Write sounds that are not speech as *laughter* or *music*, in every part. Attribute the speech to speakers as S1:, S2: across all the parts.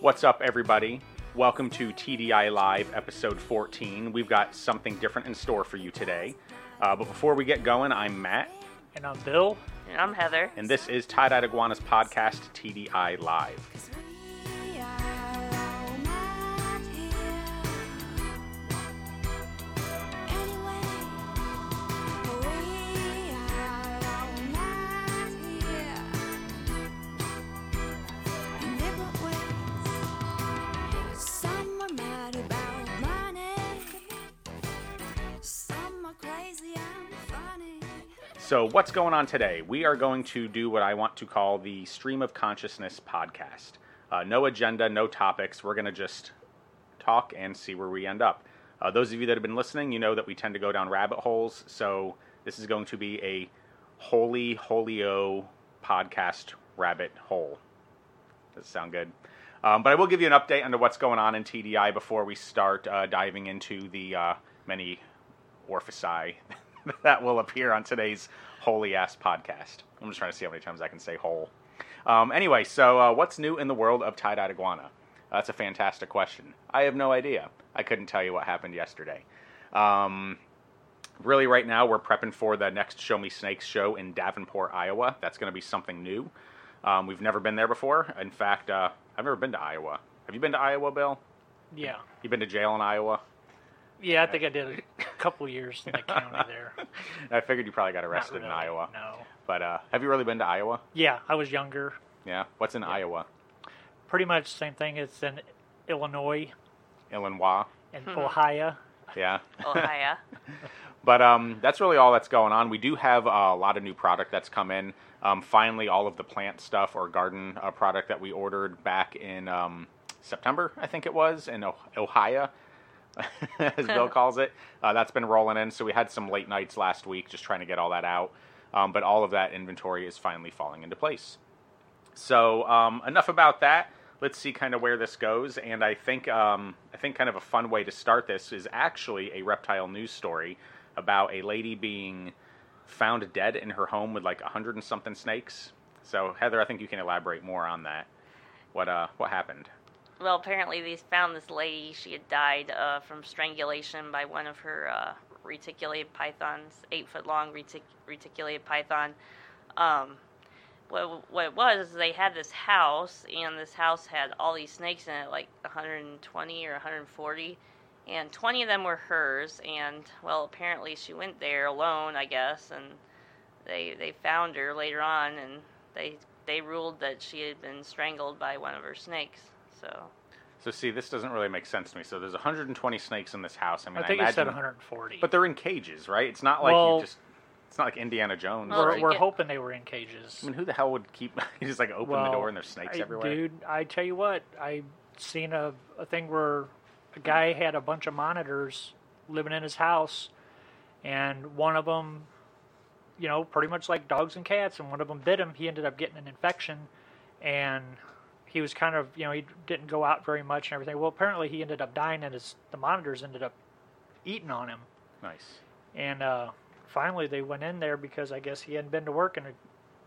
S1: What's up, everybody? Welcome to TDI Live, episode 14. We've got something different in store for you today. Uh, but before we get going, I'm Matt,
S2: And I'm Bill.
S3: And I'm Heather.
S1: and this is Tie Dyed Iguanas podcast, TDI Live.
S4: Cause we are all not here anyway. We are all not here in different ways. Some are mad about money. Some are crazy and funny.
S1: So, what's going on today? We are going to do what I want to call the Stream of Consciousness podcast. Uh, no agenda, no topics. We're going to just talk and see where we end up. Uh, those of you that have been listening, you know that we tend to go down rabbit holes. So, this is going to be a holy, holy o podcast rabbit hole. Does that sound good? Um, but I will give you an update on what's going on in TDI before we start uh, diving into the uh, many orifici *laughs* that will appear on today's holy ass podcast. I'm just trying to see how many times I can say whole. Um, anyway, so uh, what's new in the world of tie dyed iguana? Uh, That's a fantastic question. I have no idea. I couldn't tell you what happened yesterday. Um, really right now we're prepping for the next show me snakes show in davenport iowa that's going to be something new um, we've never been there before in fact uh, i've never been to iowa have you been to iowa bill
S2: Yeah.
S1: you been to jail in iowa
S2: Yeah, I think I did a couple years in the county
S1: *laughs*
S2: there. Not
S1: i figured you probably got arrested in
S2: really,
S1: iowa
S2: No.
S1: but uh, have you really been to iowa
S2: Yeah, I was younger.
S1: yeah what's in iowa
S2: Pretty much same thing. It's in Illinois
S1: illinois
S2: and Ohio.
S1: yeah
S3: Ohio.
S1: But um, that's really all that's going on. We do have uh, a lot of new product that's come in. Um, finally, all of the plant stuff or garden uh, product that we ordered back in um, September, I think it was, in oh- Ohio, *laughs* as Bill calls it. Uh, that's been rolling in. So we had some late nights last week just trying to get all that out. Um, but all of that inventory is finally falling into place. So um, enough about that. Let's see kind of where this goes. And I think um, I think kind of a fun way to start this is actually a reptile news story about a lady being found dead in her home with like a hundred and something snakes. So Heather, I think you can elaborate more on that. What uh what happened?
S3: well, apparently they found this lady. She had died uh, from strangulation by one of her uh, reticulated pythons, eight foot long retic- reticulated python. Um, what, what it was is they had this house, and this house had all these snakes in it, like 120 or 140, and 20 of them were hers. And well, apparently she went there alone, I guess, and they they found her later on, and they they ruled that she had been strangled by one of her snakes. So
S1: So see, this doesn't really make sense to me. So there's 120 snakes in this house. I mean,
S2: I think
S1: I
S2: it said
S1: imagine,
S2: 140.
S1: but they're in cages, right? It's not like
S2: Well-
S1: you just. It's not like Indiana Jones.
S3: Well,
S2: we're,
S3: they
S1: right?
S2: we're
S3: get-
S2: hoping they were in cages.
S1: I mean, who the hell would keep? *laughs* You just like open the
S2: Well,
S1: door and there's snakes
S2: I-
S1: everywhere.
S2: Dude, I tell you what, I seen a, a thing where a guy had a bunch of monitors living in his house, and one of them, you know, pretty much like dogs and cats, and one of them bit him. He ended up getting an infection, and he was kind of, you know, he didn't go out very much and everything. Well, apparently he ended up dying, and his the monitors ended up eating on him.
S1: Nice.
S2: And uh, finally, they went in there because I guess he hadn't been to work in a,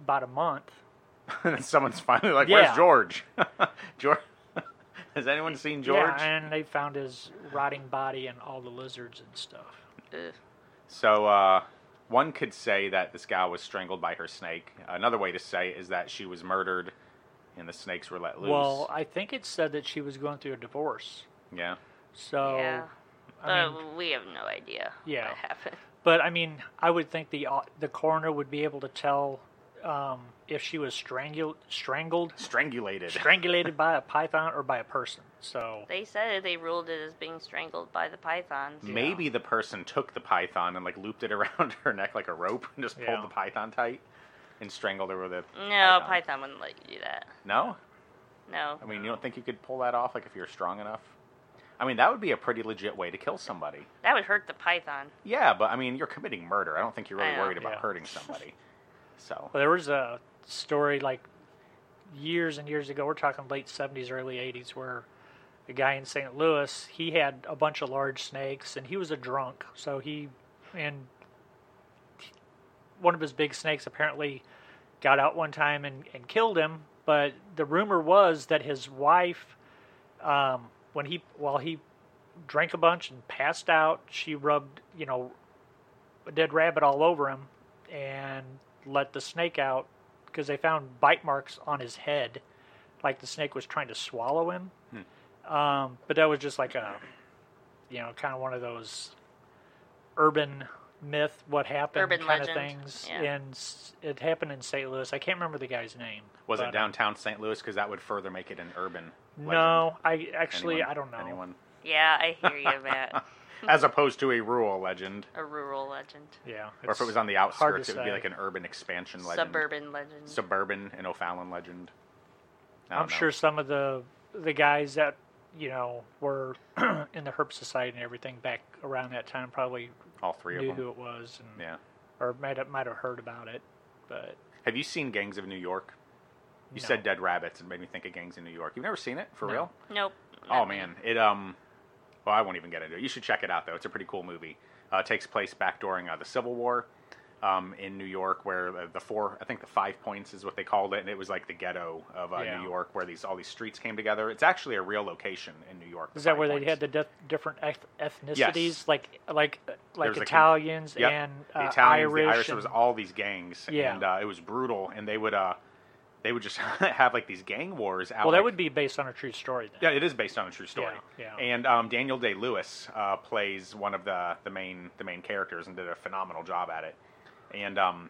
S2: about a month.
S1: *laughs* and someone's finally like,
S2: Yeah.
S1: "Where's George? *laughs* George? Has anyone seen George?"
S2: Yeah, and they found his rotting body and all the lizards and stuff.
S3: ugh.
S1: So uh, one could say that this gal was strangled by her snake. Another way to say is that she was murdered, and the snakes were let loose.
S2: Well, I think it said that she was going through a divorce.
S1: yeah.
S2: So,
S3: yeah,
S2: Oh, I mean,
S3: but we have no idea
S2: Yeah.
S3: what happened. *laughs*
S2: but I mean, I would think the au- the coroner would be able to tell um, if she was strangled, strangled,
S1: Strangulated.
S2: strangulated by a python or by a person. So,
S3: They said they ruled it as being strangled by the pythons.
S1: Maybe the person took the python and like looped it *laughs* around her neck like a rope and just
S2: Yeah.
S1: pulled the python tight and strangled her with a.
S3: No,
S1: python.
S3: python wouldn't let you do that.
S1: No,
S3: No.
S1: I mean you don't think you could pull that off like if you're strong enough. I mean that would be a pretty legit way to kill somebody.
S3: That would hurt the python.
S1: Yeah, but I mean, you're committing murder. I don't think you're really
S3: I know,
S1: worried about
S2: yeah.
S1: hurting somebody. So,
S2: well, there was a story like years and years ago. We're talking late seventies, early eighties, where a guy in St. Louis, he had a bunch of large snakes, and he was a drunk. So he and one of his big snakes apparently got out one time and, and killed him. But the rumor was that his wife um, when he while he drank a bunch and passed out, she rubbed you know a dead rabbit all over him and let the snake out because they found bite marks on his head, like the snake was trying to swallow him.
S1: Hmm.
S2: Um, but that was just like a you know kind of one of those urban myth what happened
S3: Urban
S2: kind
S3: legend,
S2: of things
S3: yeah.
S2: and s- it happened in st louis i can't remember the guy's name
S1: Was
S2: but,
S1: it
S2: uh,
S1: downtown St. Louis? Because that would further make it an urban. legend.
S2: no i actually
S1: Anyone?
S2: i don't know Hmm.
S1: Anyone?
S3: Yeah, I hear
S1: *laughs*
S3: you, Matt.
S1: As opposed to a rural legend,
S3: A rural legend,
S2: yeah
S1: or if
S2: it's-
S1: it was on the
S2: hard to
S1: outskirts, it would be
S2: say.
S1: like an urban expansion legend,
S3: suburban legend.
S1: suburban, and O'Fallon legend. I don't
S2: i'm
S1: know.
S2: sure some of the the guys that you know were *clears throat* in the herb society and everything back around that time probably
S1: all three
S2: knew
S1: of them.
S2: who it was and
S1: Yeah.
S2: or might have, might have heard about it but
S1: Have you seen Gangs of New York? You
S2: No.
S1: said Dead Rabbits and made me think of Gangs of New York. You've never seen it for
S2: No.
S1: real?
S3: Nope.
S1: Oh
S3: not me.
S1: man, it um. Well, I won't even get into it. You should check it out though. It's a pretty cool movie. Uh, it takes place back during uh, the Civil War, um, in New York, where uh, the, the four, I think the Five Points is what they called it, and it was like the ghetto of uh,
S2: Yeah.
S1: New York, where these all these streets came together. It's actually a real location in New York. the
S2: is that
S1: Five
S2: where they
S1: Points.
S2: had the dif- different eth- ethnicities like like like
S1: There's a con-
S2: italians
S1: Yep.
S2: and
S1: the
S2: uh,
S1: Italians,
S2: irish,
S1: the Irish, there was
S2: and-
S1: all these gangs,
S2: Yeah.
S1: and uh, it was brutal. And they would uh, they would just *laughs* have like these gang wars. Out,
S2: well that
S1: like-
S2: would be based on a true story then
S1: Yeah, it is based on a true story.
S2: Yeah, yeah.
S1: And um, Daniel Day Lewis uh, plays one of the the main the main characters and did a phenomenal job at it. And um,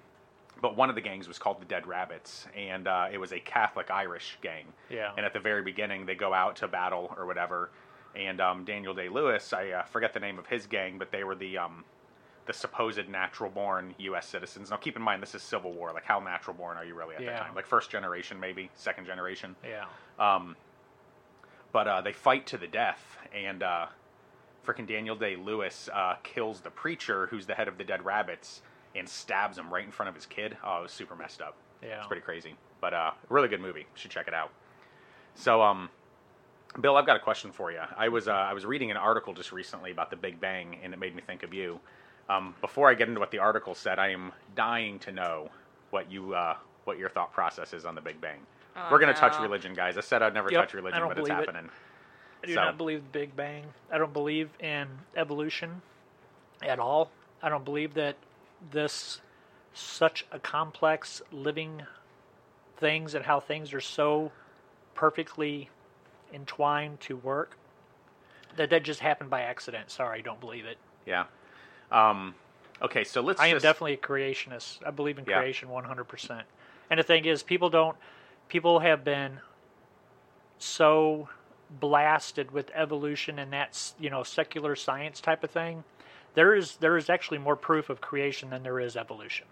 S1: but one of the gangs was called the Dead Rabbits, and uh, it was a Catholic Irish gang.
S2: Yeah.
S1: And at the very beginning, they go out to battle or whatever. And um, Daniel Day Lewis, I uh, forget the name of his gang, but they were the um, the supposed natural born U.S. citizens. Now, keep in mind, this is Civil War. Like, how natural born are you really at that
S2: Yeah.
S1: time? Like, first generation, maybe second generation
S2: yeah
S1: Um, but uh, they fight to the death, and uh, freaking Daniel Day Lewis uh, kills the preacher, who's the head of the Dead Rabbits, and stabs him right in front of his kid. Oh, it was super messed up.
S2: Yeah.
S1: it's pretty crazy, but uh, really good movie. You Should check it out. So, um, Bill, I've got a question for you. I was uh, I was reading an article just recently about the Big Bang, and it made me think of you. Um, before I get into what the article said, I am dying to know what you uh, what your thought process is on the Big Bang.
S3: Oh,
S1: We're gonna touch
S3: no.
S1: religion, guys. I said I'd never
S2: Yep,
S1: touch religion,
S2: I don't
S1: but it's
S2: believe it.
S1: happening.
S2: I do
S1: So-
S2: not believe the Big Bang. I don't believe in evolution at all. I don't believe that this such a complex living things and how things are so perfectly entwined to work that that just happened by accident. Sorry, I don't believe it.
S1: Yeah. Um, okay, so let's.
S2: I am
S1: just-
S2: definitely a creationist. I believe in
S1: Yeah.
S2: creation 100%. And the thing is, people don't, people have been so blasted with evolution and that's, you know, secular science type of thing. There is, there is actually more proof of creation than there is evolution.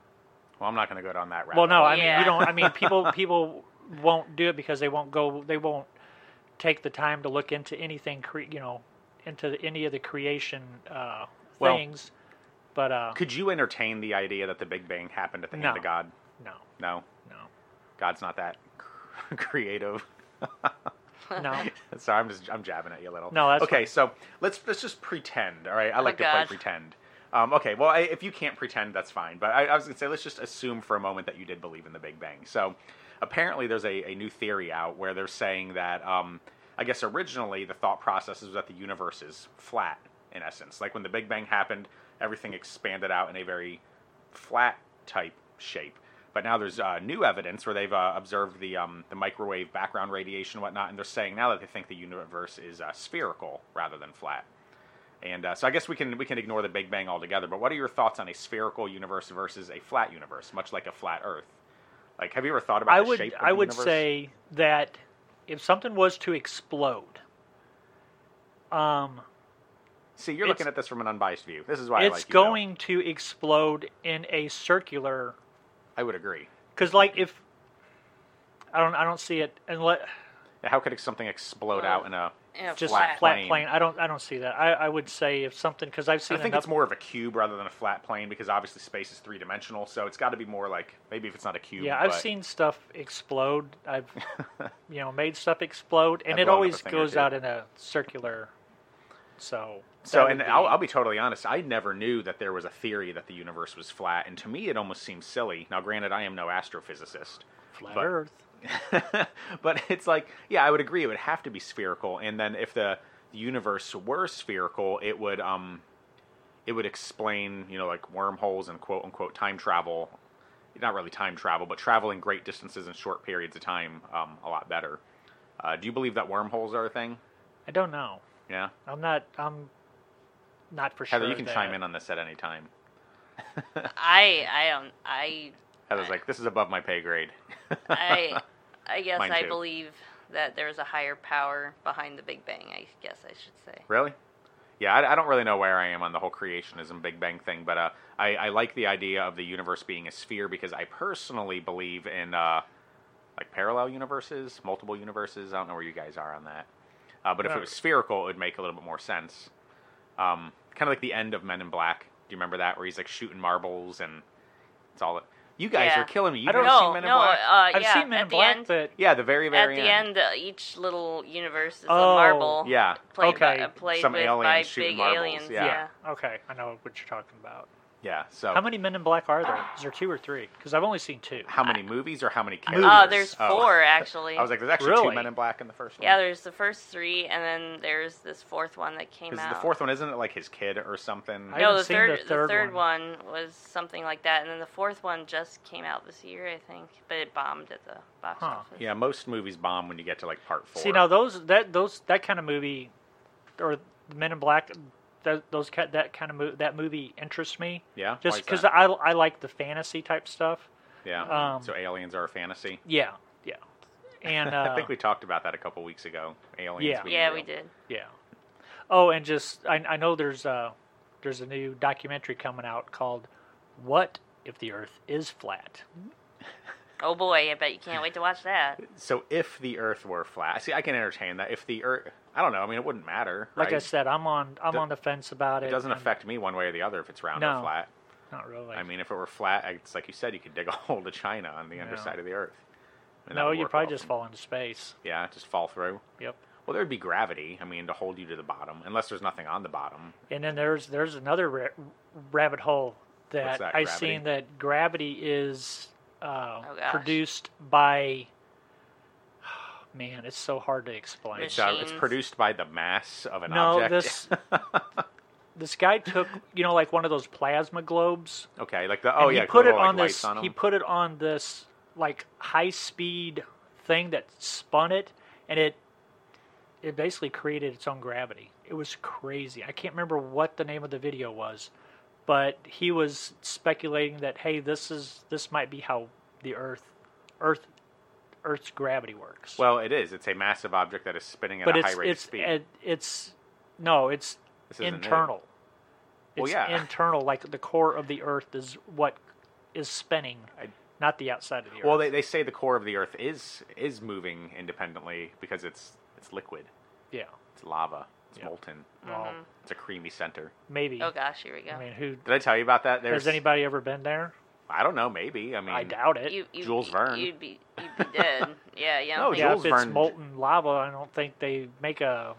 S1: Well, I'm not going to go down that route.
S2: Well, no, I mean,
S3: Yeah.
S2: you don't, I mean, people, people won't do it because they won't go, they won't take the time to look into anything, cre- you know, into any of the creation uh,
S1: Well-
S2: things. But, uh,
S1: Could you entertain the idea that the Big Bang happened at the hand
S2: No.
S1: of God?
S2: no,
S1: No,
S2: no,
S1: God's not that *laughs* creative. *laughs*
S2: no.
S1: Sorry, I'm just I'm jabbing at you a little.
S2: No, that's
S1: okay.
S2: fine.
S1: So let's let's just pretend. All right, I like to
S3: God.
S1: play pretend. Um, okay, well, I, if you can't pretend, that's fine. But I, I was gonna say, let's just assume for a moment that you did believe in the Big Bang. So apparently, there's a, a new theory out where they're saying that um, I guess originally the thought process was that the universe is flat in essence. Like when the Big Bang happened, everything expanded out in a very flat type shape. But now there's uh, new evidence where they've uh, observed the um, the microwave background radiation and whatnot, and they're saying now that they think the universe is uh, spherical rather than flat. And uh, so I guess we can we can ignore the Big Bang altogether. But what are your thoughts on a spherical universe versus a flat universe, much like a flat Earth? Like, have you ever thought about
S2: I
S1: the
S2: would
S1: shape of
S2: I
S1: the
S2: would
S1: universe?
S2: say that if something was to explode, um,
S1: See, you're
S2: it's-
S1: looking at this from an unbiased view. This is why I
S2: it's
S1: like you, Bill.
S2: going to explode in a circular.
S1: I would agree.
S2: Because like if I don't I don't see it unless
S1: How could something explode
S3: Well,
S1: out in a?
S3: Yeah,
S2: just
S1: Flat
S2: flat,
S1: plane.
S2: plane. I don't I don't see that. I, I would say if something because I've
S1: I
S2: seen
S1: think
S2: enough.
S1: it's more of a cube rather than a flat plane because obviously space is three dimensional, so it's got to be more like maybe if it's not a cube.
S2: yeah, I've
S1: but-
S2: seen stuff explode. I've
S1: *laughs*
S2: you know made stuff explode, and
S1: I've
S2: it
S1: blown up a
S2: always
S1: thing or
S2: goes
S1: two.
S2: out in a circular. So
S1: So,
S2: that
S1: and
S2: would
S1: I'll, I'll be totally honest, I never knew that there was a theory that the universe was flat, and to me, it almost seems silly. Now, granted, I am no astrophysicist.
S2: flat
S1: but-
S2: Earth.
S1: *laughs* but it's like, yeah, I would agree. It would have to be spherical, and then if the universe were spherical, it would um, it would explain, you know, like wormholes and quote unquote time travel. Not really time travel, but traveling great distances in short periods of time um, a lot better. Uh, do you believe that wormholes are a thing?
S2: I don't know.
S1: Yeah,
S2: I'm not. I'm not for
S1: Heather,
S2: sure.
S1: you can chime in on this at any time.
S3: I I don't I
S1: Heather's like, this is above my pay grade.
S3: I
S1: *laughs*
S3: I guess
S1: Mine
S3: I
S1: too.
S3: believe that there's a higher power behind the Big Bang. I guess I should say.
S1: Really? Yeah, I, I don't really know where I am on the whole creationism Big Bang thing, but uh, I, I like the idea of the universe being a sphere because I personally believe in uh, like parallel universes, multiple universes. I don't know where you guys are on that, uh, but if it
S2: No.
S1: was spherical, it would make a little bit more sense. Um, kind of like the end of Men in Black. Do you remember that where he's like shooting marbles and it's all. You guys
S3: Yeah.
S1: are killing me. You
S2: I don't
S1: haven't
S3: No,
S1: seen Men
S3: no.
S1: in Black?
S3: Uh,
S2: I've
S3: yeah,
S2: seen Men
S3: at
S2: in
S3: the
S2: Black,
S3: end.
S2: but
S1: yeah, the very
S3: At
S1: very
S3: the end, uh, each little universe is
S2: Oh.
S3: a marble.
S1: Yeah,
S3: Played
S2: Okay.
S3: by, uh, played
S1: Some
S3: with
S1: aliens
S3: by
S1: shooting
S3: big
S1: marbles,
S3: aliens.
S1: yeah. Oh.
S3: yeah.
S2: okay, I know what you're talking about.
S1: yeah. So
S2: How many Men in Black are
S3: Ah.
S2: there? Is there two or three? Because I've only seen two.
S1: how many movies or how many characters?
S2: Movies.
S3: Uh, there's
S1: Oh.
S3: four actually.
S1: *laughs* I was like, hmm. there's actually two
S2: Really?
S1: Men in Black in the first one.
S3: yeah, there's the first three, and then there's this fourth one that came
S1: Because
S3: out.
S1: the fourth one isn't it like his kid or something?
S2: I
S3: no,
S2: haven't
S3: the
S2: seen
S3: third,
S2: the third
S3: one. was something like that, and then the fourth one just came out this year, I think, but it bombed at the box
S2: Huh.
S3: office.
S1: yeah, most movies bomb when you get to like part four.
S2: See now those that those that kind of movie, or Men in Black, that, those ki- that kind of mo- that movie interests me.
S1: yeah,
S2: Just
S1: Why's
S2: because
S1: that?
S2: I I like the fantasy type stuff.
S1: yeah.
S2: um,
S1: so aliens are a fantasy.
S2: Yeah, yeah, and
S1: *laughs*
S2: uh,
S1: I think we talked about that a couple weeks ago. Aliens.
S2: Yeah.
S1: being
S3: Yeah,
S1: real.
S3: we did.
S2: yeah. Oh, and just I I know there's uh there's a new documentary coming out called "What If the Earth Is Flat."
S3: Oh boy, I bet you can't wait to
S1: *laughs*
S3: watch that.
S1: So if the Earth were flat, see, I can entertain that. If the Earth, I don't know. I mean, it wouldn't matter.
S2: Like I
S1: right?
S2: said, I'm on I'm
S1: Do-
S2: on the fence about it.
S1: it doesn't
S2: I'm
S1: affect me one way or the other if it's round or
S2: No.
S1: flat.
S2: Not really.
S1: I mean, if it were flat, I- it's like you said, you could dig a *laughs* hole to China on the underside of the Earth. And that
S2: no,
S1: would
S2: you'd
S1: work
S2: probably
S1: well
S2: just
S1: for me.
S2: fall into space.
S1: Yeah, just fall through.
S2: Yep.
S1: Well, there'd be gravity. I mean, to hold you to the bottom, unless there's nothing on the bottom.
S2: And then there's there's another ra- rabbit hole
S1: What's
S2: that,
S1: that,
S2: I've
S1: gravity?
S2: seen that gravity is uh,
S3: Oh, gosh.
S2: produced by. *sighs* Man, it's so hard to explain.
S1: It's, uh, it's
S3: Machines.
S1: produced by the mass of an
S2: No,
S1: object.
S2: this *laughs* this guy took you know like one of those plasma globes.
S1: *laughs* okay, like the oh
S2: and
S1: yeah,
S2: he put it
S1: little, like,
S2: on
S1: lights
S2: this.
S1: on
S2: he
S1: 'em.
S2: put it on this like high speed thing that spun it, and it it basically created its own gravity. It was crazy. I can't remember what the name of the video was, but he was speculating that hey, this is this might be how the Earth, Earth, Earth's gravity works.
S1: well, it is. It's a massive object that is spinning at
S2: but
S1: a
S2: it's
S1: high rate
S2: it's
S1: of speed.
S2: it- it's no, it's
S1: This isn't new.
S2: internal.
S1: Well,
S2: It's
S1: yeah.
S2: internal, like the core of the Earth is what is spinning,
S1: I-
S2: not the outside of the Earth.
S1: well, they, they say the core of the Earth is is moving independently because it's it's liquid.
S2: yeah,
S1: It's lava. It's
S2: Yeah.
S1: molten.
S2: well,
S1: It's a creamy center.
S2: maybe.
S3: Oh gosh, here we go.
S2: I mean, who
S1: Did I tell you about that? There's
S2: has anybody ever been there?
S1: I don't know. Maybe. I mean,
S2: I doubt it.
S3: you, you,
S1: Jules Verne.
S3: You'd be, you'd
S1: *laughs*
S3: be dead. yeah, yeah. I don't
S1: No,
S3: think-
S2: yeah,
S1: Jules
S2: if it's
S1: Verne-
S2: molten lava, I don't think they make a.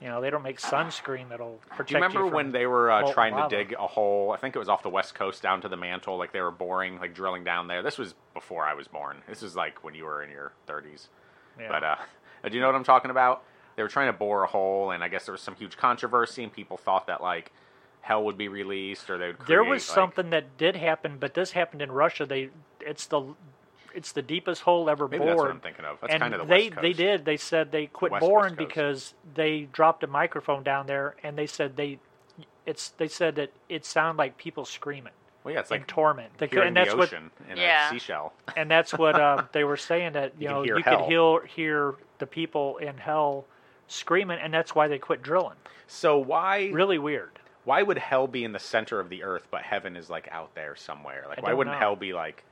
S2: You know, they don't make sunscreen that'll protect
S1: Ah. Do you remember
S2: from-
S1: when they were uh,
S2: molten
S1: trying
S2: lava.
S1: to dig a hole? I think it was off the west coast down to the mantle. Like they were boring, like drilling down there. This was before I was born. This was like when you were in your 30s.
S2: Yeah.
S1: But uh, *laughs* do you know what I'm talking about? They were trying to bore a hole, and I guess there was some huge controversy, and people thought that like hell would be released, or they would. Create,
S2: there was
S1: like-
S2: something that did happen, but this happened in Russia. They it's the it's the deepest hole ever
S1: Maybe
S2: bored.
S1: that's what I'm thinking of. That's
S2: and
S1: kind of the
S2: they
S1: west coast.
S2: they did. They said they quit
S1: West-
S2: boring
S1: West Coast.
S2: because they dropped a microphone down there, and they said they it's they said that it sounded like people screaming
S1: Well, yeah, it's
S2: and
S1: like
S2: torment. They could,
S1: hearing
S2: and that's
S1: the
S2: what
S1: ocean in
S3: Yeah.
S1: a seashell. *laughs*
S2: and that's what um, they were saying that
S1: You
S2: you,
S1: can
S2: know
S1: hear
S2: you
S1: hell.
S2: could hear hear the people in hell screaming, and that's why they quit drilling.
S1: So why
S2: Really weird.
S1: why would hell be in the center of the earth, but heaven is like out there somewhere? Like
S2: I
S1: why
S2: don't
S1: wouldn't
S2: know.
S1: hell be like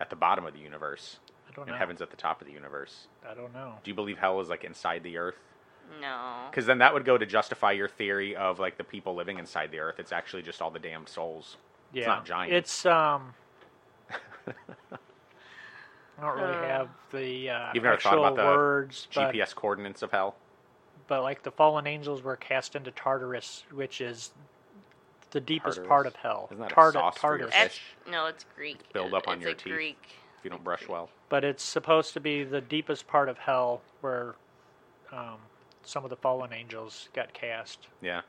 S1: at the bottom of the universe
S2: I don't
S1: and
S2: know.
S1: heaven's at the top of the universe?
S2: I don't know.
S1: Do you believe hell is like inside the earth?
S3: No.
S1: Because then that would go to justify your theory of like the people living inside the earth. It's actually just all the damned souls.
S2: Yeah,
S1: It's not giant. *laughs*
S2: It's um. I don't really have the uh,
S1: You've never
S2: actual
S1: thought about the
S2: words, but
S1: GPS coordinates of hell.
S2: but like the fallen angels were cast into Tartarus, which is the deepest part
S1: Tartarus?
S2: of hell.
S1: Isn't that a
S2: Tartar-
S1: sauce for your
S2: Tartarus.
S1: fish?
S3: That's, no, it's Greek.
S1: build up on
S3: It's
S1: your
S3: a
S1: teeth.
S3: Greek.
S1: If you don't brush well,
S2: but it's supposed to be the deepest part of hell where um, some of the fallen angels got cast.
S1: Yeah.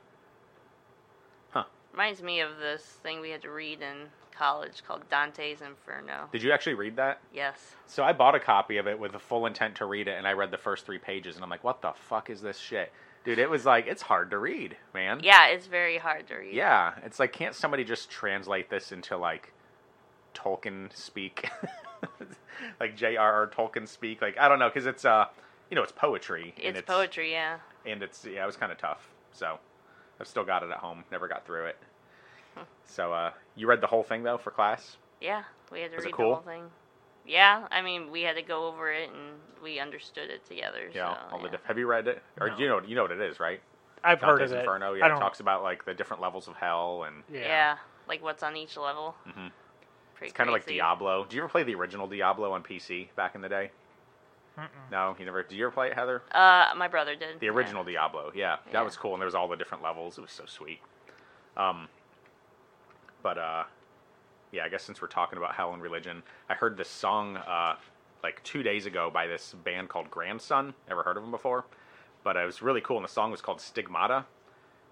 S3: Reminds me of this thing we had to read in college called Dante's Inferno.
S1: Did you actually read that?
S3: Yes.
S1: So I bought a copy of it with the full intent to read it, and I read the first three pages, and I'm like, what the fuck is this shit? Dude, it was like, it's hard to read, man.
S3: Yeah, it's very hard to read.
S1: Yeah. It's like, can't somebody just translate this into like Tolkien speak? *laughs* like J.R.R. Tolkien speak? Like, I don't know, because it's, uh, you know, it's poetry.
S3: It's, poetry, yeah.
S1: And it's, yeah, it was kind of tough. So I've still got it at home, never got through it. So, uh, you read the whole thing though for class?
S3: Yeah, we had to
S1: Was it
S3: read
S1: cool?
S3: the whole thing. Yeah, I mean, we had to go over it and we understood it together.
S1: Yeah,
S3: so,
S1: all the
S3: yeah.
S1: diff- have you read it? Or
S2: No.
S1: you know, you know what it is, right?
S2: I've heard
S1: Dante's
S2: of it.
S1: Inferno.
S2: I
S1: Yeah, it
S2: don't.
S1: talks about like the different levels of hell, and
S2: yeah.
S3: Yeah, like what's on each level.
S1: Mhm.
S3: Pretty
S1: it's kind of like
S3: crazy.
S1: Diablo. Do you ever play the original Diablo on PC back in the day?
S2: Mm-mm.
S1: No, you never. Do you ever play it, Heather?
S3: Uh, my brother did.
S1: The
S3: yeah.
S1: original Diablo. Yeah, that
S3: Yeah.
S1: was cool, and there was all the different levels. It was so sweet. Um, but uh, yeah, I guess since we're talking about hell and religion, I heard this song uh, like two days ago by this band called Grandson. Never heard of them before, but it was really cool, and the song was called Stigmata.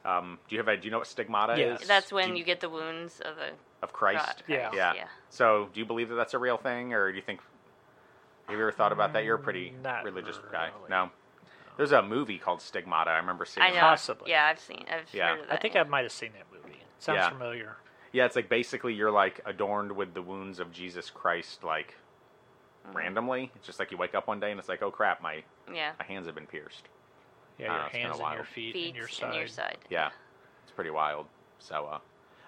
S1: Um, do you have? a- Do you know what stigmata
S2: Yeah.
S1: is?
S3: That's
S1: Do
S3: when you get the wounds of the
S1: of Christ.
S3: Christ.
S2: Yeah.
S1: Yeah.
S3: yeah.
S1: So, do you believe that that's a real thing, or do you think? Have you ever thought about that? You're a pretty
S2: Mm, not
S1: religious guy.
S2: really.
S1: No. There's a movie called Stigmata. I remember seeing.
S3: I know.
S1: that.
S2: Possibly.
S3: Yeah, I've seen. I've
S1: Yeah.
S3: heard of
S2: I
S3: that.
S2: think
S3: yeah.
S2: I might have seen that movie. Sounds
S1: Yeah.
S2: familiar.
S1: Yeah, it's like basically you're like adorned with the wounds of Jesus Christ, like
S3: Mm-hmm.
S1: randomly. It's just like you wake up one day and it's like, oh crap, my
S3: Yeah.
S1: my hands have been pierced.
S2: Yeah,
S1: Ah,
S2: your
S1: it's been a
S2: hands and your
S1: while.
S2: feet,
S3: Feet
S2: and your side.
S1: Yeah, it's pretty wild. So, uh,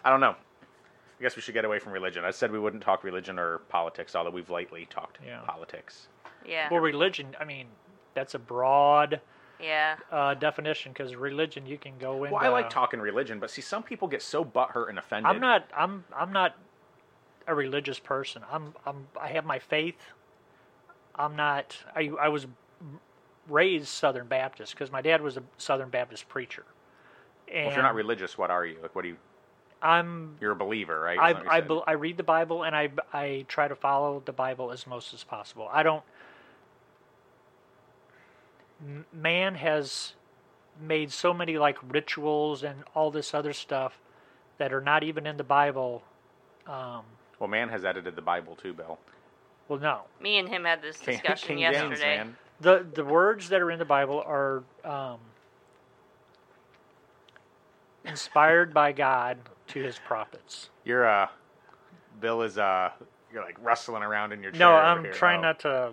S1: I don't know. I guess we should get away from religion. I said we wouldn't talk religion or politics, although we've lately talked
S2: Yeah.
S1: politics.
S3: Yeah.
S2: Well, religion. I mean, that's a broad
S3: yeah.
S2: uh, definition because religion you can go into.
S1: Well, I like talking religion, but see, some people get so butthurt and offended.
S2: uh, I'm not. I'm. I'm not a religious person. I'm. I'm. I have my faith. I'm not. I. I was raised Southern Baptist because my dad was a Southern Baptist preacher. And
S1: Well, if you're not religious, what are you? Like, what do you?
S2: I'm.
S1: You're a believer, right?
S2: I.
S1: Is that what you
S2: I,
S1: said?
S2: bel- I read the Bible and I. I try to follow the Bible as most as possible. I don't. M- Man has made so many like rituals and all this other stuff that are not even in the Bible. Um,
S1: well, man has edited the Bible too, Bill.
S2: well, no.
S3: Me and him had this
S1: King,
S3: discussion
S1: King *laughs*
S3: yesterday.
S1: James, man.
S2: the the words that are in the Bible are um, inspired by God to His prophets.
S1: You're uh, Bill is uh, you're like rustling around in your chair.
S2: No,
S1: over
S2: I'm
S1: here.
S2: trying
S1: Oh.
S2: not to.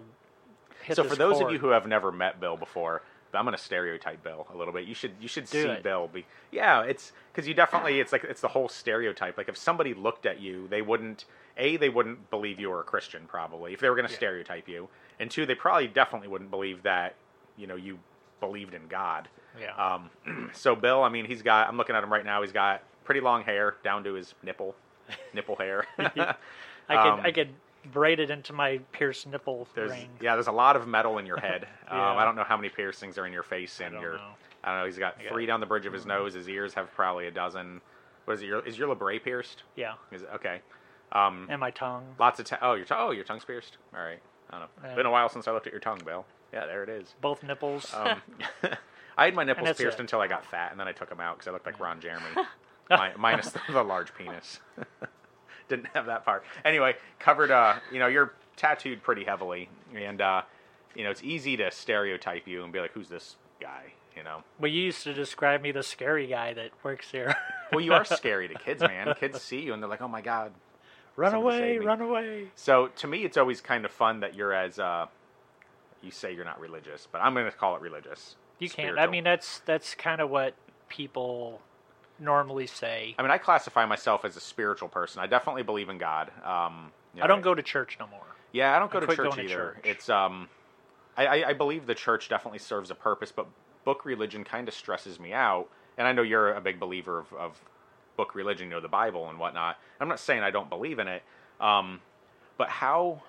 S2: Hit
S1: So
S2: this
S1: for those
S2: chord.
S1: of you who have never met Bill before, I'm going to stereotype Bill a little bit. You should you should
S2: Do
S1: see
S2: it.
S1: Bill. Be yeah, it's because you definitely it's like it's the whole stereotype. Like if somebody looked at you, they wouldn't a they wouldn't believe you were a Christian probably if they were going to
S2: Yeah.
S1: stereotype you, and two they probably definitely wouldn't believe that you know you believed in God.
S2: yeah,
S1: Um, *clears throat* so Bill, I mean, he's got. I'm looking at him right now. He's got pretty long hair down to his nipple, nipple
S2: *laughs*
S1: hair. *laughs*
S2: I could
S1: um,
S2: I could braid it into my pierced nipple
S1: There's,
S2: ring.
S1: yeah, there's a lot of metal in
S2: *laughs*
S1: your head. Um, I
S2: Yeah.
S1: don't know how many piercings are in your face and
S2: don't
S1: your.
S2: know.
S1: I don't know. He's got
S2: I got- Mm-hmm.
S1: three down the bridge of his nose. His ears have probably a dozen. What is it? Your is your labret pierced?
S2: Yeah,
S1: Is it, okay. Um,
S2: and my tongue.
S1: lots of ta- oh your t- oh your tongue's pierced. All right. I don't know.
S2: Yeah.
S1: Been a while since I looked at your tongue, Bill. Yeah, there it is.
S2: Both nipples. *laughs*
S1: Um, *laughs* I had my nipples
S2: that's
S1: pierced
S2: it.
S1: until I got fat, and then I took them out because I looked like Ron
S2: *laughs*
S1: Jeremy, mi- minus the, the large penis. *laughs* Didn't have that part. Anyway, covered. Uh, you know, you're tattooed pretty heavily, and uh, you know it's easy to stereotype you and be like, "Who's this guy?" You know.
S2: well, you used to describe me the scary guy that works here. *laughs*
S1: Well, you are scary to kids, man. Kids see you and they're like, "Oh my god."
S2: run
S1: Someone
S2: away!
S1: saved me.
S2: Run away!
S1: So to me, it's always kind of fun that you're as uh, you say you're not religious, but I'm going to call it religious.
S2: You can't. I
S1: Spiritual.
S2: mean, that's that's kind of what people normally say.
S1: I mean, I classify myself as a spiritual person. I definitely believe in God. Um, you
S2: I
S1: know,
S2: don't go to church no more.
S1: Yeah, I don't go
S2: I
S1: to
S2: quit
S1: church
S2: going to
S1: either.
S2: church.
S1: It's um, I, I, I believe the church definitely serves a purpose, but book religion kind of stresses me out. And I know you're a big believer of, of book religion, you know, the Bible and whatnot. I'm not saying I don't believe in it, um, but how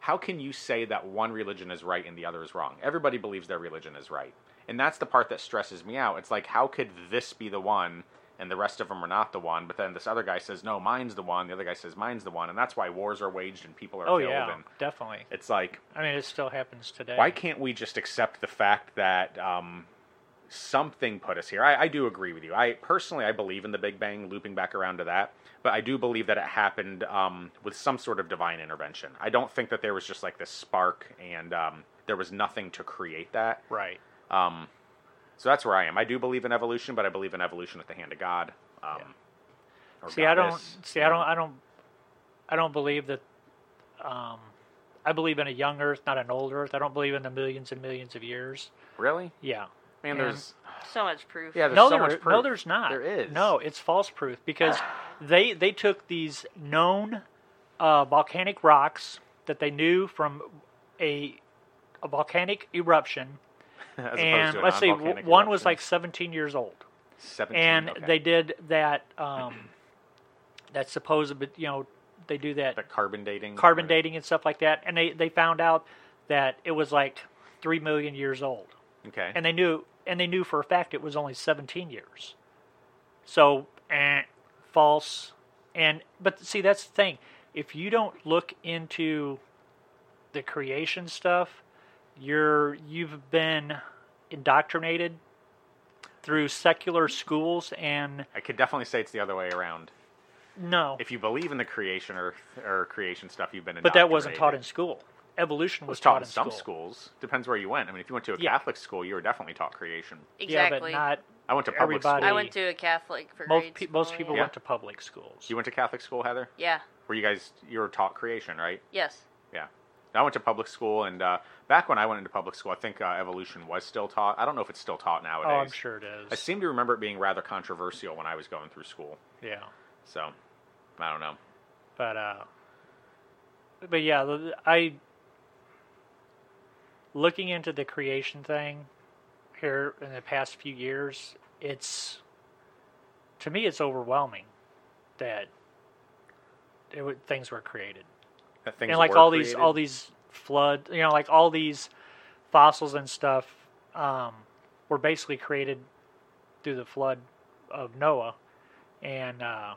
S1: how can you say that one religion is right and the other is wrong? Everybody believes their religion is right, and that's the part that stresses me out. It's like how could this be the one and the rest of them are not the one. But then this other guy says, no, mine's the one. The other guy says, mine's the one. And that's why wars are waged and people are
S2: Oh
S1: killed.
S2: yeah,
S1: And
S2: definitely.
S1: it's like,
S2: I mean, it still happens today.
S1: why can't we just accept the fact that um, something put us here? I, I do agree with you. I personally, I believe in the Big Bang, looping back around to that, but I do believe that it happened um, with some sort of divine intervention. I don't think that there was just like this spark and um, there was nothing to create that.
S2: Right.
S1: Um, so that's where I am. I do believe in evolution, but I believe in evolution at the hand of God. Um, or
S2: See, I don't.
S1: goddess,
S2: See,
S1: you
S2: I
S1: know.
S2: don't. I don't. I don't believe that. Um, I believe in a young Earth, not an old Earth. I don't believe in the millions and millions of years.
S1: really.
S2: Yeah.
S1: Man,
S2: And-
S1: there's
S3: So much proof.
S1: yeah, there's
S2: no,
S1: so
S2: there,
S1: much proof.
S2: no, there's not.
S1: There is.
S2: No, it's false proof
S1: *sighs*
S2: because they they took these known uh, volcanic rocks that they knew from a a volcanic eruption,
S1: *laughs* As opposed
S2: and
S1: to a
S2: let's see, w- one
S1: non-volcanic
S2: was
S1: eruption.
S2: like 17 years old,
S1: 17,
S2: and
S1: okay.
S2: they did that um, that supposed you know they do that
S1: the carbon dating.
S2: carbon dating and stuff like that, and they they found out that it was like three million years old,
S1: Okay.
S2: and they knew and they knew for a fact it was only 17 years. So, eh, false. And but see, that's the thing. If you don't look into the creation stuff, you're you've been indoctrinated through secular schools and
S1: I could definitely say it's the other way around.
S2: no.
S1: If you believe in the creation or or creation stuff, you've been.
S2: but that wasn't taught in
S1: indoctrinated.
S2: school. Evolution
S1: It
S2: was,
S1: was taught, in
S2: in
S1: some
S2: school.
S1: schools. Depends where you went. I mean, if you went to a
S2: Yeah.
S1: Catholic school, you were definitely taught creation.
S3: exactly.
S2: Yeah, but not
S1: I went to public
S2: Everybody-
S1: school.
S3: I went to a Catholic for
S2: most
S3: grade
S2: pe- most
S3: school,
S2: people
S3: Yeah.
S1: yeah.
S2: went to public schools.
S1: You went to Catholic school, Heather.
S3: yeah.
S1: Were you guys? You were taught creation, right?
S3: Yes.
S1: Yeah. I went to public school, and uh, back when I went into public school, I think uh, evolution was still taught. I don't know if it's still taught
S2: oh,
S1: nowadays.
S2: I'm sure it is.
S1: I seem to remember it being rather controversial when I was going through school.
S2: Yeah,
S1: So, I don't know.
S2: but uh, but yeah, the- the- I looking into the creation thing here in the past few years. It's to me, it's overwhelming that it, wa- things were created.
S1: That things
S2: and like
S1: were
S2: all these
S1: created.
S2: all these flood you know like all these fossils and stuff um, were basically created through the flood of noah and uh,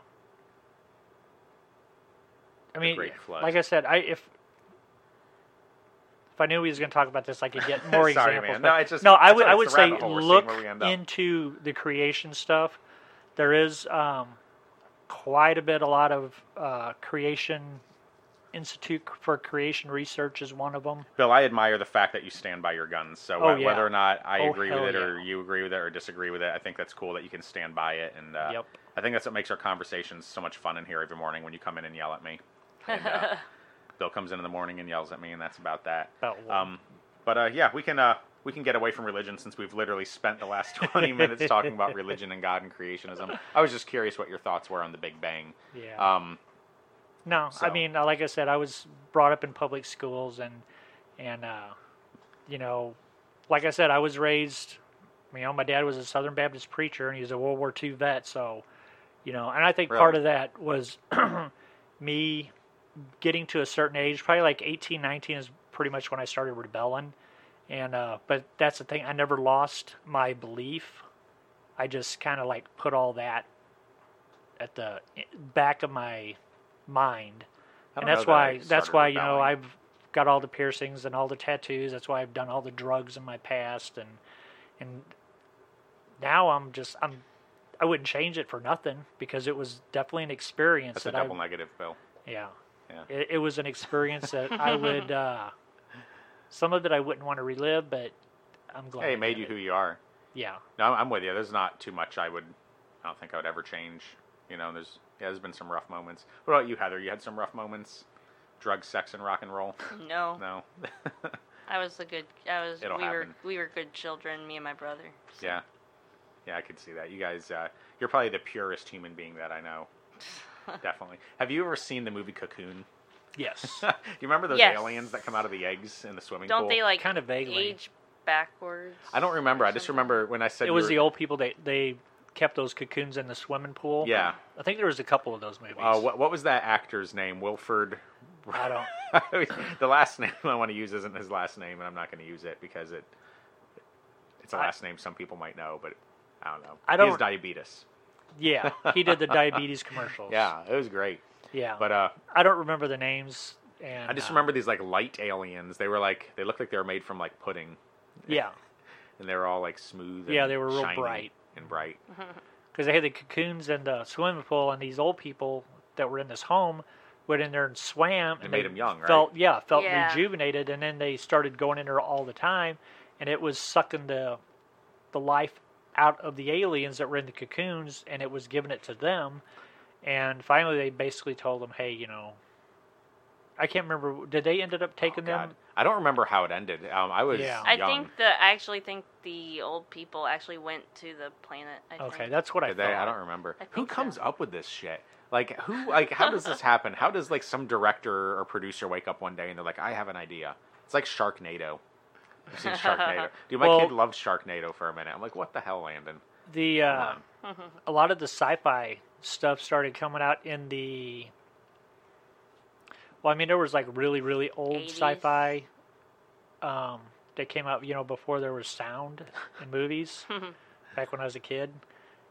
S2: i mean
S1: Great Flood.
S2: like i said i if if I knew he was going to talk about this, I could get
S1: *laughs*
S2: *laughs* more
S1: Sorry,
S2: examples.
S1: man.
S2: but-
S1: No, it's just-
S2: no. I
S1: that's
S2: would
S1: why
S2: I
S1: it's
S2: would
S1: the
S2: say
S1: rabbit hole. We're seeing
S2: look
S1: where we end up.
S2: into the creation stuff. There is um, quite a bit, a lot of uh, creation institute for creation research is one of them.
S1: Bill, I admire the fact that you stand by your guns. So
S2: Oh,
S1: wh-
S2: yeah.
S1: whether or not I
S2: Oh,
S1: agree with
S2: hell
S1: it or
S2: yeah.
S1: you agree with it or disagree with it, I think that's cool that you can stand by it. And uh,
S2: Yep.
S1: I think that's what makes our conversations so much fun in here every morning when you come in and yell at me. And,
S2: *laughs*
S1: uh, Bill comes in in the morning and yells at me, and that's about that.
S2: About what?
S1: um, but uh, yeah, we can uh, we can get away from religion since we've literally spent the last
S2: *laughs*
S1: 20 minutes talking about religion and God and creationism. I was just curious what your thoughts were on the Big Bang.
S2: Yeah.
S1: Um,
S2: no,
S1: so-
S2: I mean, uh, like I said, I was brought up in public schools, and and uh, you know, like I said, I was raised. You know, my dad was a Southern Baptist preacher, and he was a World War II vet. So, you know, and I think part
S1: Really?
S2: of that was *clears throat* me getting to a certain age, probably like 18, 19 is pretty much when I started rebelling. And uh, but that's the thing, I never lost my belief. I just kind of like put all that at the back of my mind,
S1: I
S2: and
S1: don't
S2: that's
S1: know that I
S2: why that's
S1: started
S2: why you know
S1: rebelling.
S2: I've got all the piercings and all the tattoos. That's why I've done all the drugs in my past, and and now I'm just I'm I wouldn't change it for nothing because it was definitely an experience
S1: that's a
S2: that I
S1: double negative, Bill.
S2: yeah.
S1: Yeah.
S2: It, it was an experience that I
S1: *laughs*
S2: would, uh, some of it I wouldn't want to relive, but I'm glad.
S1: Hey,
S2: I
S1: it made
S2: did
S1: you
S2: it.
S1: who you are.
S2: Yeah.
S1: No, I'm I'm with you. There's not too much I would. I don't think I would ever change. You know, there's yeah, there's been some rough moments. What about you, Heather? You had some rough moments. Drug, sex, and rock and roll.
S3: *laughs* No.
S1: No. *laughs*
S3: I was the good. I was.
S1: It'll
S3: we
S1: happen.
S3: were. We were good children. Me and my brother.
S1: yeah. Yeah, I could see that. You guys, uh, you're probably the purest human being that I
S3: *laughs*
S1: know. Definitely. Have you ever seen the movie Cocoon? *laughs*
S2: Yes.
S1: Do you remember those
S3: Yes.
S1: aliens that come out of the eggs in the swimming
S3: Don't
S1: pool?
S3: they like
S2: Kinda vaguely.
S3: age backwards?
S1: I don't remember.
S3: or
S1: I just
S3: something?
S1: remember when I said
S2: it
S1: you
S2: was
S1: were-
S2: the old people that they kept those cocoons in the swimming pool.
S1: Yeah.
S2: I think there was a couple of those movies.
S1: Uh, what, what was that actor's name? Wilford.
S2: I don't.
S1: the last name I want to use isn't his last name, and I'm not going to use it because it it's a
S2: I-
S1: last name some people might know, but I don't know.
S2: I
S1: He has
S2: don't-
S1: diabetes.
S2: Yeah, he did
S1: *laughs*
S2: the diabetes commercials.
S1: Yeah, it was great.
S2: yeah.
S1: But uh,
S2: I don't remember the names. And
S1: I just
S2: uh,
S1: remember these like light aliens. They were like they looked like they were made from like pudding,
S2: uh, Yeah,
S1: and they were all like smooth. And
S2: Yeah, they were real
S1: shiny
S2: bright.
S1: and bright.
S2: because they had the cocoons in the swimming pool, and these old people that were in this home went in there and swam,
S1: It made 'em young, right?
S2: Felt yeah, felt
S3: Yeah.
S2: rejuvenated, and then they started going in there all the time, and it was sucking the the life out of the aliens that were in the cocoons, and it was giving it to them, and finally they basically told them, hey, you know, I can't remember, did they ended up taking them?
S1: Oh, God. I don't remember how it ended. Um, I was
S2: Yeah.
S3: I
S1: young.
S3: think the I actually think the old people actually went to the planet. I
S2: Okay,
S3: think.
S2: that's what I
S1: Did they?
S2: thought.
S1: I don't remember.
S3: I
S1: who
S3: think so.
S1: comes up with this shit? Like who? Like how does this happen? How does like some director or producer wake up one day and they're like, I have an idea. It's like Sharknado. I've seen
S3: *laughs*
S1: Sharknado. Dude, my
S2: Well-
S1: kid loved Sharknado for a minute. I'm like, what the hell, Landon?
S2: the uh,
S1: on.
S2: a lot of the sci-fi stuff started coming out in the well i mean there was like really really old
S3: 80s.
S2: sci-fi um, that came out you know before there was sound in movies back when i was a kid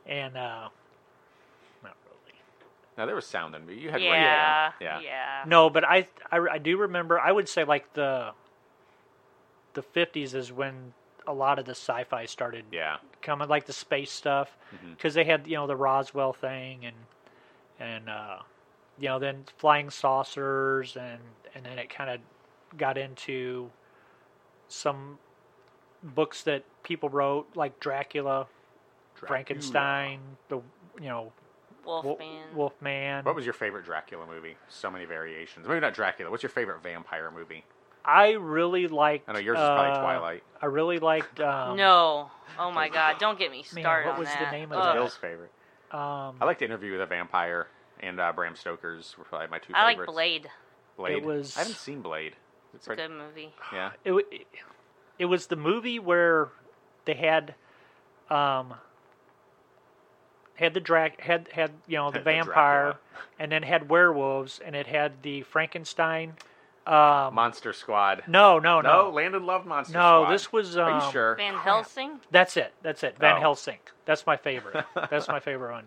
S2: and uh, not really
S1: Now there was sound in me. You had
S3: yeah,
S1: radio. Yeah.
S3: yeah.
S2: no but I, I i do remember i would say like the the 50s is when a lot of the sci-fi started
S1: Yeah.
S2: coming, like the space stuff,
S1: Mm-hmm.
S2: because they had you know the Roswell thing and and uh, you know then flying saucers and and then it kind of got into some books that people wrote like Dracula, Frankenstein, the you know Wo-
S3: Wolfman.
S2: Wolfman.
S1: What was your favorite Dracula movie? So many variations. Maybe not Dracula. What's your favorite vampire movie?
S2: I really liked.
S1: I know yours is probably
S2: uh,
S1: Twilight.
S2: I really liked. Um,
S3: no. Oh my God! Don't get me started
S2: what
S3: on
S2: was the
S3: that.
S2: name
S1: That
S2: of
S1: was
S3: Ugh.
S2: that?
S1: Bill's favorite.
S2: Um,
S1: I liked Interview with a Vampire and uh, Bram Stoker's were probably my two
S3: I like
S1: favorites.
S3: Blade.
S1: Blade.
S2: It was-
S1: I haven't seen Blade.
S3: It's a good movie.
S1: Yeah.
S2: it, wa- it, it was the movie where they had um had the drac had had you know the,
S1: The
S2: vampire
S1: Dracula.
S2: and then had werewolves and it had the frankenstein um
S1: Monster Squad.
S2: no no
S1: no,
S2: no
S1: Landon loved Monster Squad.
S2: no, this was um,
S1: Are you sure?
S3: Van Helsing.
S2: that's it that's it van
S1: Oh.
S2: helsing that's my favorite that's my
S1: *laughs*
S2: favorite one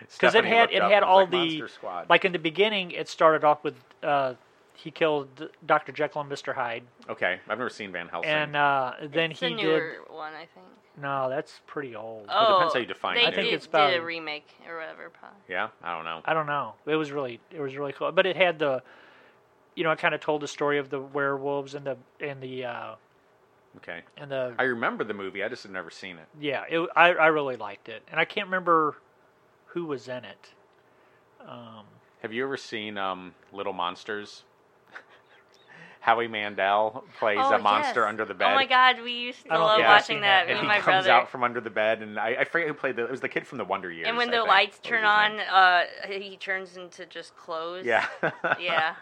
S2: because it
S1: Stephanie
S2: had
S1: looked
S2: it
S1: up
S2: had
S1: and was
S2: all
S1: like,
S2: the
S1: Monster Squad.
S2: like in the beginning it started off with uh he killed dr jekyll and mr hyde
S1: Okay, I've never seen Van Helsing.
S2: and uh then
S3: It's
S2: he
S3: a
S2: did
S3: newer one, I think.
S2: No, that's pretty old.
S3: Oh,
S1: depends how you define
S3: they
S1: new. I
S3: did,
S1: think
S2: it's about-
S3: did a remake or whatever. Probably.
S1: yeah, I don't know.
S2: I don't know. It was really it was really cool, but it had the, you know, it kind of told the story of the werewolves and the and the uh,
S1: Okay,
S2: and the
S1: I remember the movie. I just have never seen it.
S2: yeah. It, I I really liked it, and I can't remember who was in it. Um,
S1: Have you ever seen um, Little Monsters? *laughs* Howie Mandel plays
S3: oh,
S1: a monster
S3: yes.
S1: under the bed.
S3: Oh my God, we used to
S2: I don't
S3: love
S1: think I've
S3: watching
S2: seen
S3: that.
S2: that.
S3: Me
S1: And
S3: and
S1: he
S3: my
S1: comes
S3: brother.
S1: out from under the bed, and I, I forget who played the. It was the kid from the Wonder Years.
S3: and when
S1: I
S3: the
S1: think.
S3: lights
S1: What was
S3: turn
S1: his
S3: on,
S1: name?
S3: uh, he turns into just clothes.
S1: yeah, *laughs*
S3: Yeah.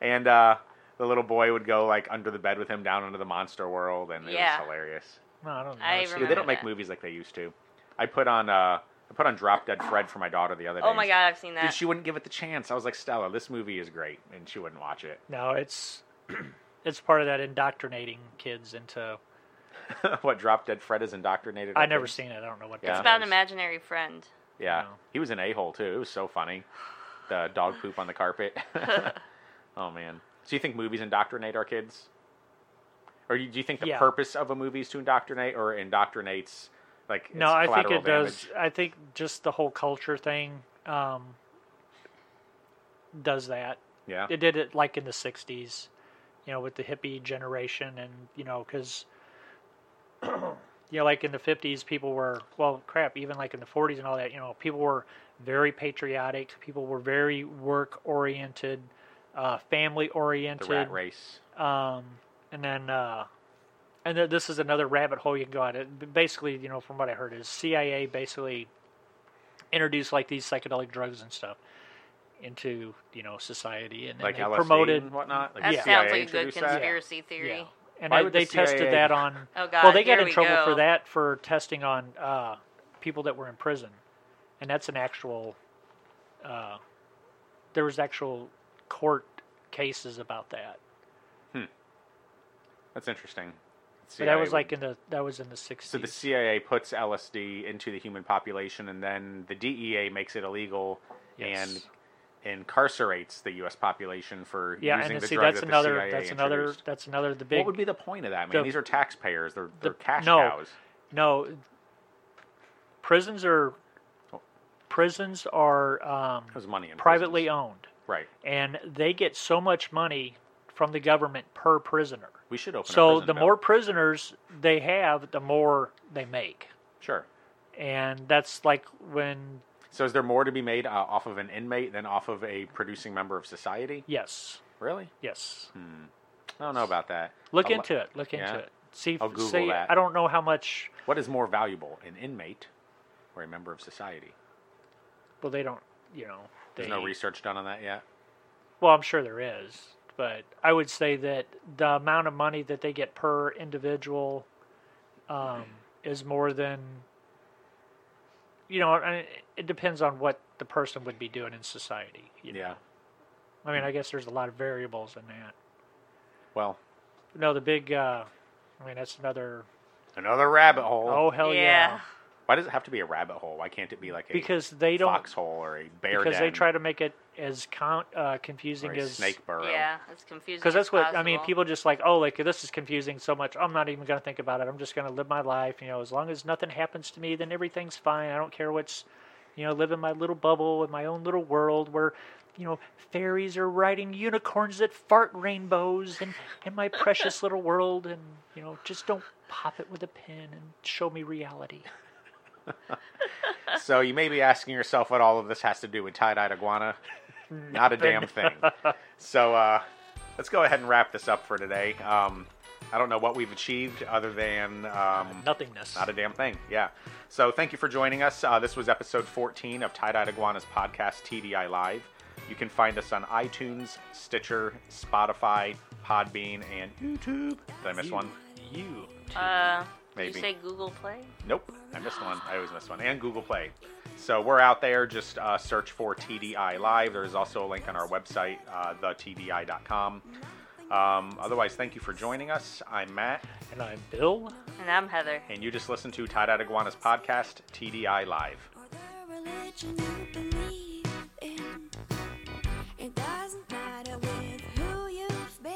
S1: and uh, the little boy would go like under the bed with him down into the monster world, and it
S3: Yeah.
S1: was hilarious.
S2: no, I don't. Know.
S3: I
S2: So-
S1: Dude, they don't
S3: Remember
S1: make
S3: that.
S1: movies like they used to. I put on uh, I put on Drop Dead Fred for my daughter the other day.
S3: Oh my God, I've seen
S1: Dude,
S3: that.
S1: she wouldn't give it the chance. I was like, Stella, this movie is great, and she wouldn't watch it. *laughs*
S2: No, it's *clears throat* it's part of that indoctrinating kids into.
S1: what Drop Dead Fred is indoctrinated.
S2: I
S1: with
S2: never
S1: is-
S2: seen it. I don't know what.
S1: It's
S2: that
S3: It's about an
S2: is.
S3: imaginary friend.
S1: Yeah,
S2: No.
S1: he was an a hole too. It was so funny. The dog
S2: *laughs*
S1: poop on the carpet. *laughs* oh man. So you think movies indoctrinate our kids, or do you, do you think the
S2: Yeah.
S1: purpose of a movie is to indoctrinate, or indoctrinates like
S2: No,
S1: it's
S2: I think
S1: collateral
S2: it
S1: damage?
S2: does. I think just the whole culture thing um, does that.
S1: Yeah,
S2: It did it like in the 60s, you know, with the hippie generation. And, you know, because, *clears throat* you know, like in the 50s, people were, well, crap, even like in the 40s and all that, you know, people were very patriotic. People were very work oriented, uh, family
S1: the
S2: oriented.
S1: rat race.
S2: Um, and then, uh, and th- this is another rabbit hole you can go at. It b- basically, you know, from what I heard, is CIA basically introduced like these psychedelic drugs and stuff into you know society, and then
S1: like
S2: they
S1: LSD
S2: promoted.
S1: and whatnot. Like
S3: That
S1: the
S3: sounds
S1: CIA
S3: like a good
S1: introduced that?
S3: conspiracy
S2: Yeah.
S3: theory.
S2: And
S1: Why
S2: they,
S1: would the
S2: they tested
S1: CIA
S2: that on.
S3: Oh *laughs* God.
S2: well, they
S3: here
S2: got in
S3: we
S2: trouble
S3: go.
S2: for that for testing on uh, people that were in prison, and that's an actual. Uh, there was actual court cases about that.
S1: That's interesting.
S2: But that was like in the that was in the 60s.
S1: so the CIA puts LSD into the human population, and then the DEA makes it illegal
S2: Yes.
S1: and incarcerates the U.S. population for
S2: yeah,
S1: using
S2: and
S1: the
S2: see
S1: drug
S2: that's
S1: that
S2: another
S1: the CIA
S2: that's another
S1: introduced.
S2: that's another the big
S1: what would be the point of that? Man,
S2: the-
S1: these are taxpayers. They're they're cash
S2: no.
S1: cows.
S2: no prisons are prisons are um,
S1: There's money in
S2: privately
S1: prisons.
S2: owned
S1: right?
S2: and they get so much money from the government per prisoner.
S1: We should open. a
S2: So
S1: prison
S2: the
S1: bill.
S2: more prisoners they have, the more they make.
S1: sure.
S2: And that's like when
S1: So is there more to be made uh, off of an inmate than off of a producing member of society?
S2: yes,
S1: Really?
S2: yes.
S1: I don't know about that.
S2: Look
S1: Hmm. A lo-
S2: into it. Look into
S1: yeah.
S2: it. See,
S1: I'll Google
S2: see
S1: that.
S2: I don't know how much
S1: What is more valuable, an inmate or a member of society?
S2: well they don't, you know, they,
S1: There's no research done on that yet.
S2: Well, I'm sure there is, but I would say that the amount of money that they get per individual um, is more than. You know, I- it depends on what the person would be doing in society. you know.
S1: Yeah.
S2: I mean, I guess there's a lot of variables in that.
S1: Well,
S2: No, the big. Uh, I mean, that's another.
S1: another rabbit hole.
S2: Oh hell yeah!
S3: Yeah.
S1: Why does it have to be a rabbit hole? Why can't it be like a
S2: Because they don't.
S1: foxhole or a bear
S2: because
S1: den
S2: they try to make it as con- uh, confusing
S1: or a
S2: as
S1: snake burrow?
S3: Yeah, it's confusing.
S2: because that's
S3: as
S2: what I mean.
S3: possible.
S2: People just like, oh, like this is confusing so much. I'm not even going to think about it. I'm just going to live my life. You know, as long as nothing happens to me, then everything's fine. I don't care what's, you know, live in my little bubble in my own little world where, you know, fairies are riding unicorns that fart rainbows, and in my precious little world, and you know, just don't pop it with a pin and show me reality.
S1: *laughs* So you may be asking yourself what all of this has to do with tie-dyed *laughs* iguana. Not a damn thing. So uh, let's go ahead and wrap this up for today. Um, I don't know what we've achieved other than um,
S2: Nothingness.
S1: Not a damn thing. Yeah. So thank you for joining us. Uh, this was episode 14 of Tie Dyed Iguana's podcast, TDI Live. You can find us on iTunes, Stitcher, Spotify, Podbean, and YouTube. Did I miss one?
S2: you.
S3: Uh,
S1: Maybe.
S3: Did you say Google Play?
S1: Nope, I missed one. I always miss one. And Google Play. So we're out there. Just uh, search for TDI Live. There's also a link on our website, uh, thetdi.com. Um, otherwise, thank you for joining us. I'm Matt,
S2: And I'm Bill.
S3: And I'm Heather.
S1: and you just listened to Tie Dyed Iguana's podcast, TDI Live.
S4: or the religion you believe in. It doesn't matter with who you've been.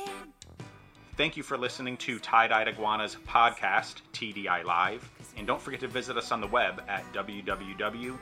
S1: Thank you for listening to Tie Dyed Iguana's podcast, TDI Live. And don't forget to visit us on the web at www.thetdi.com.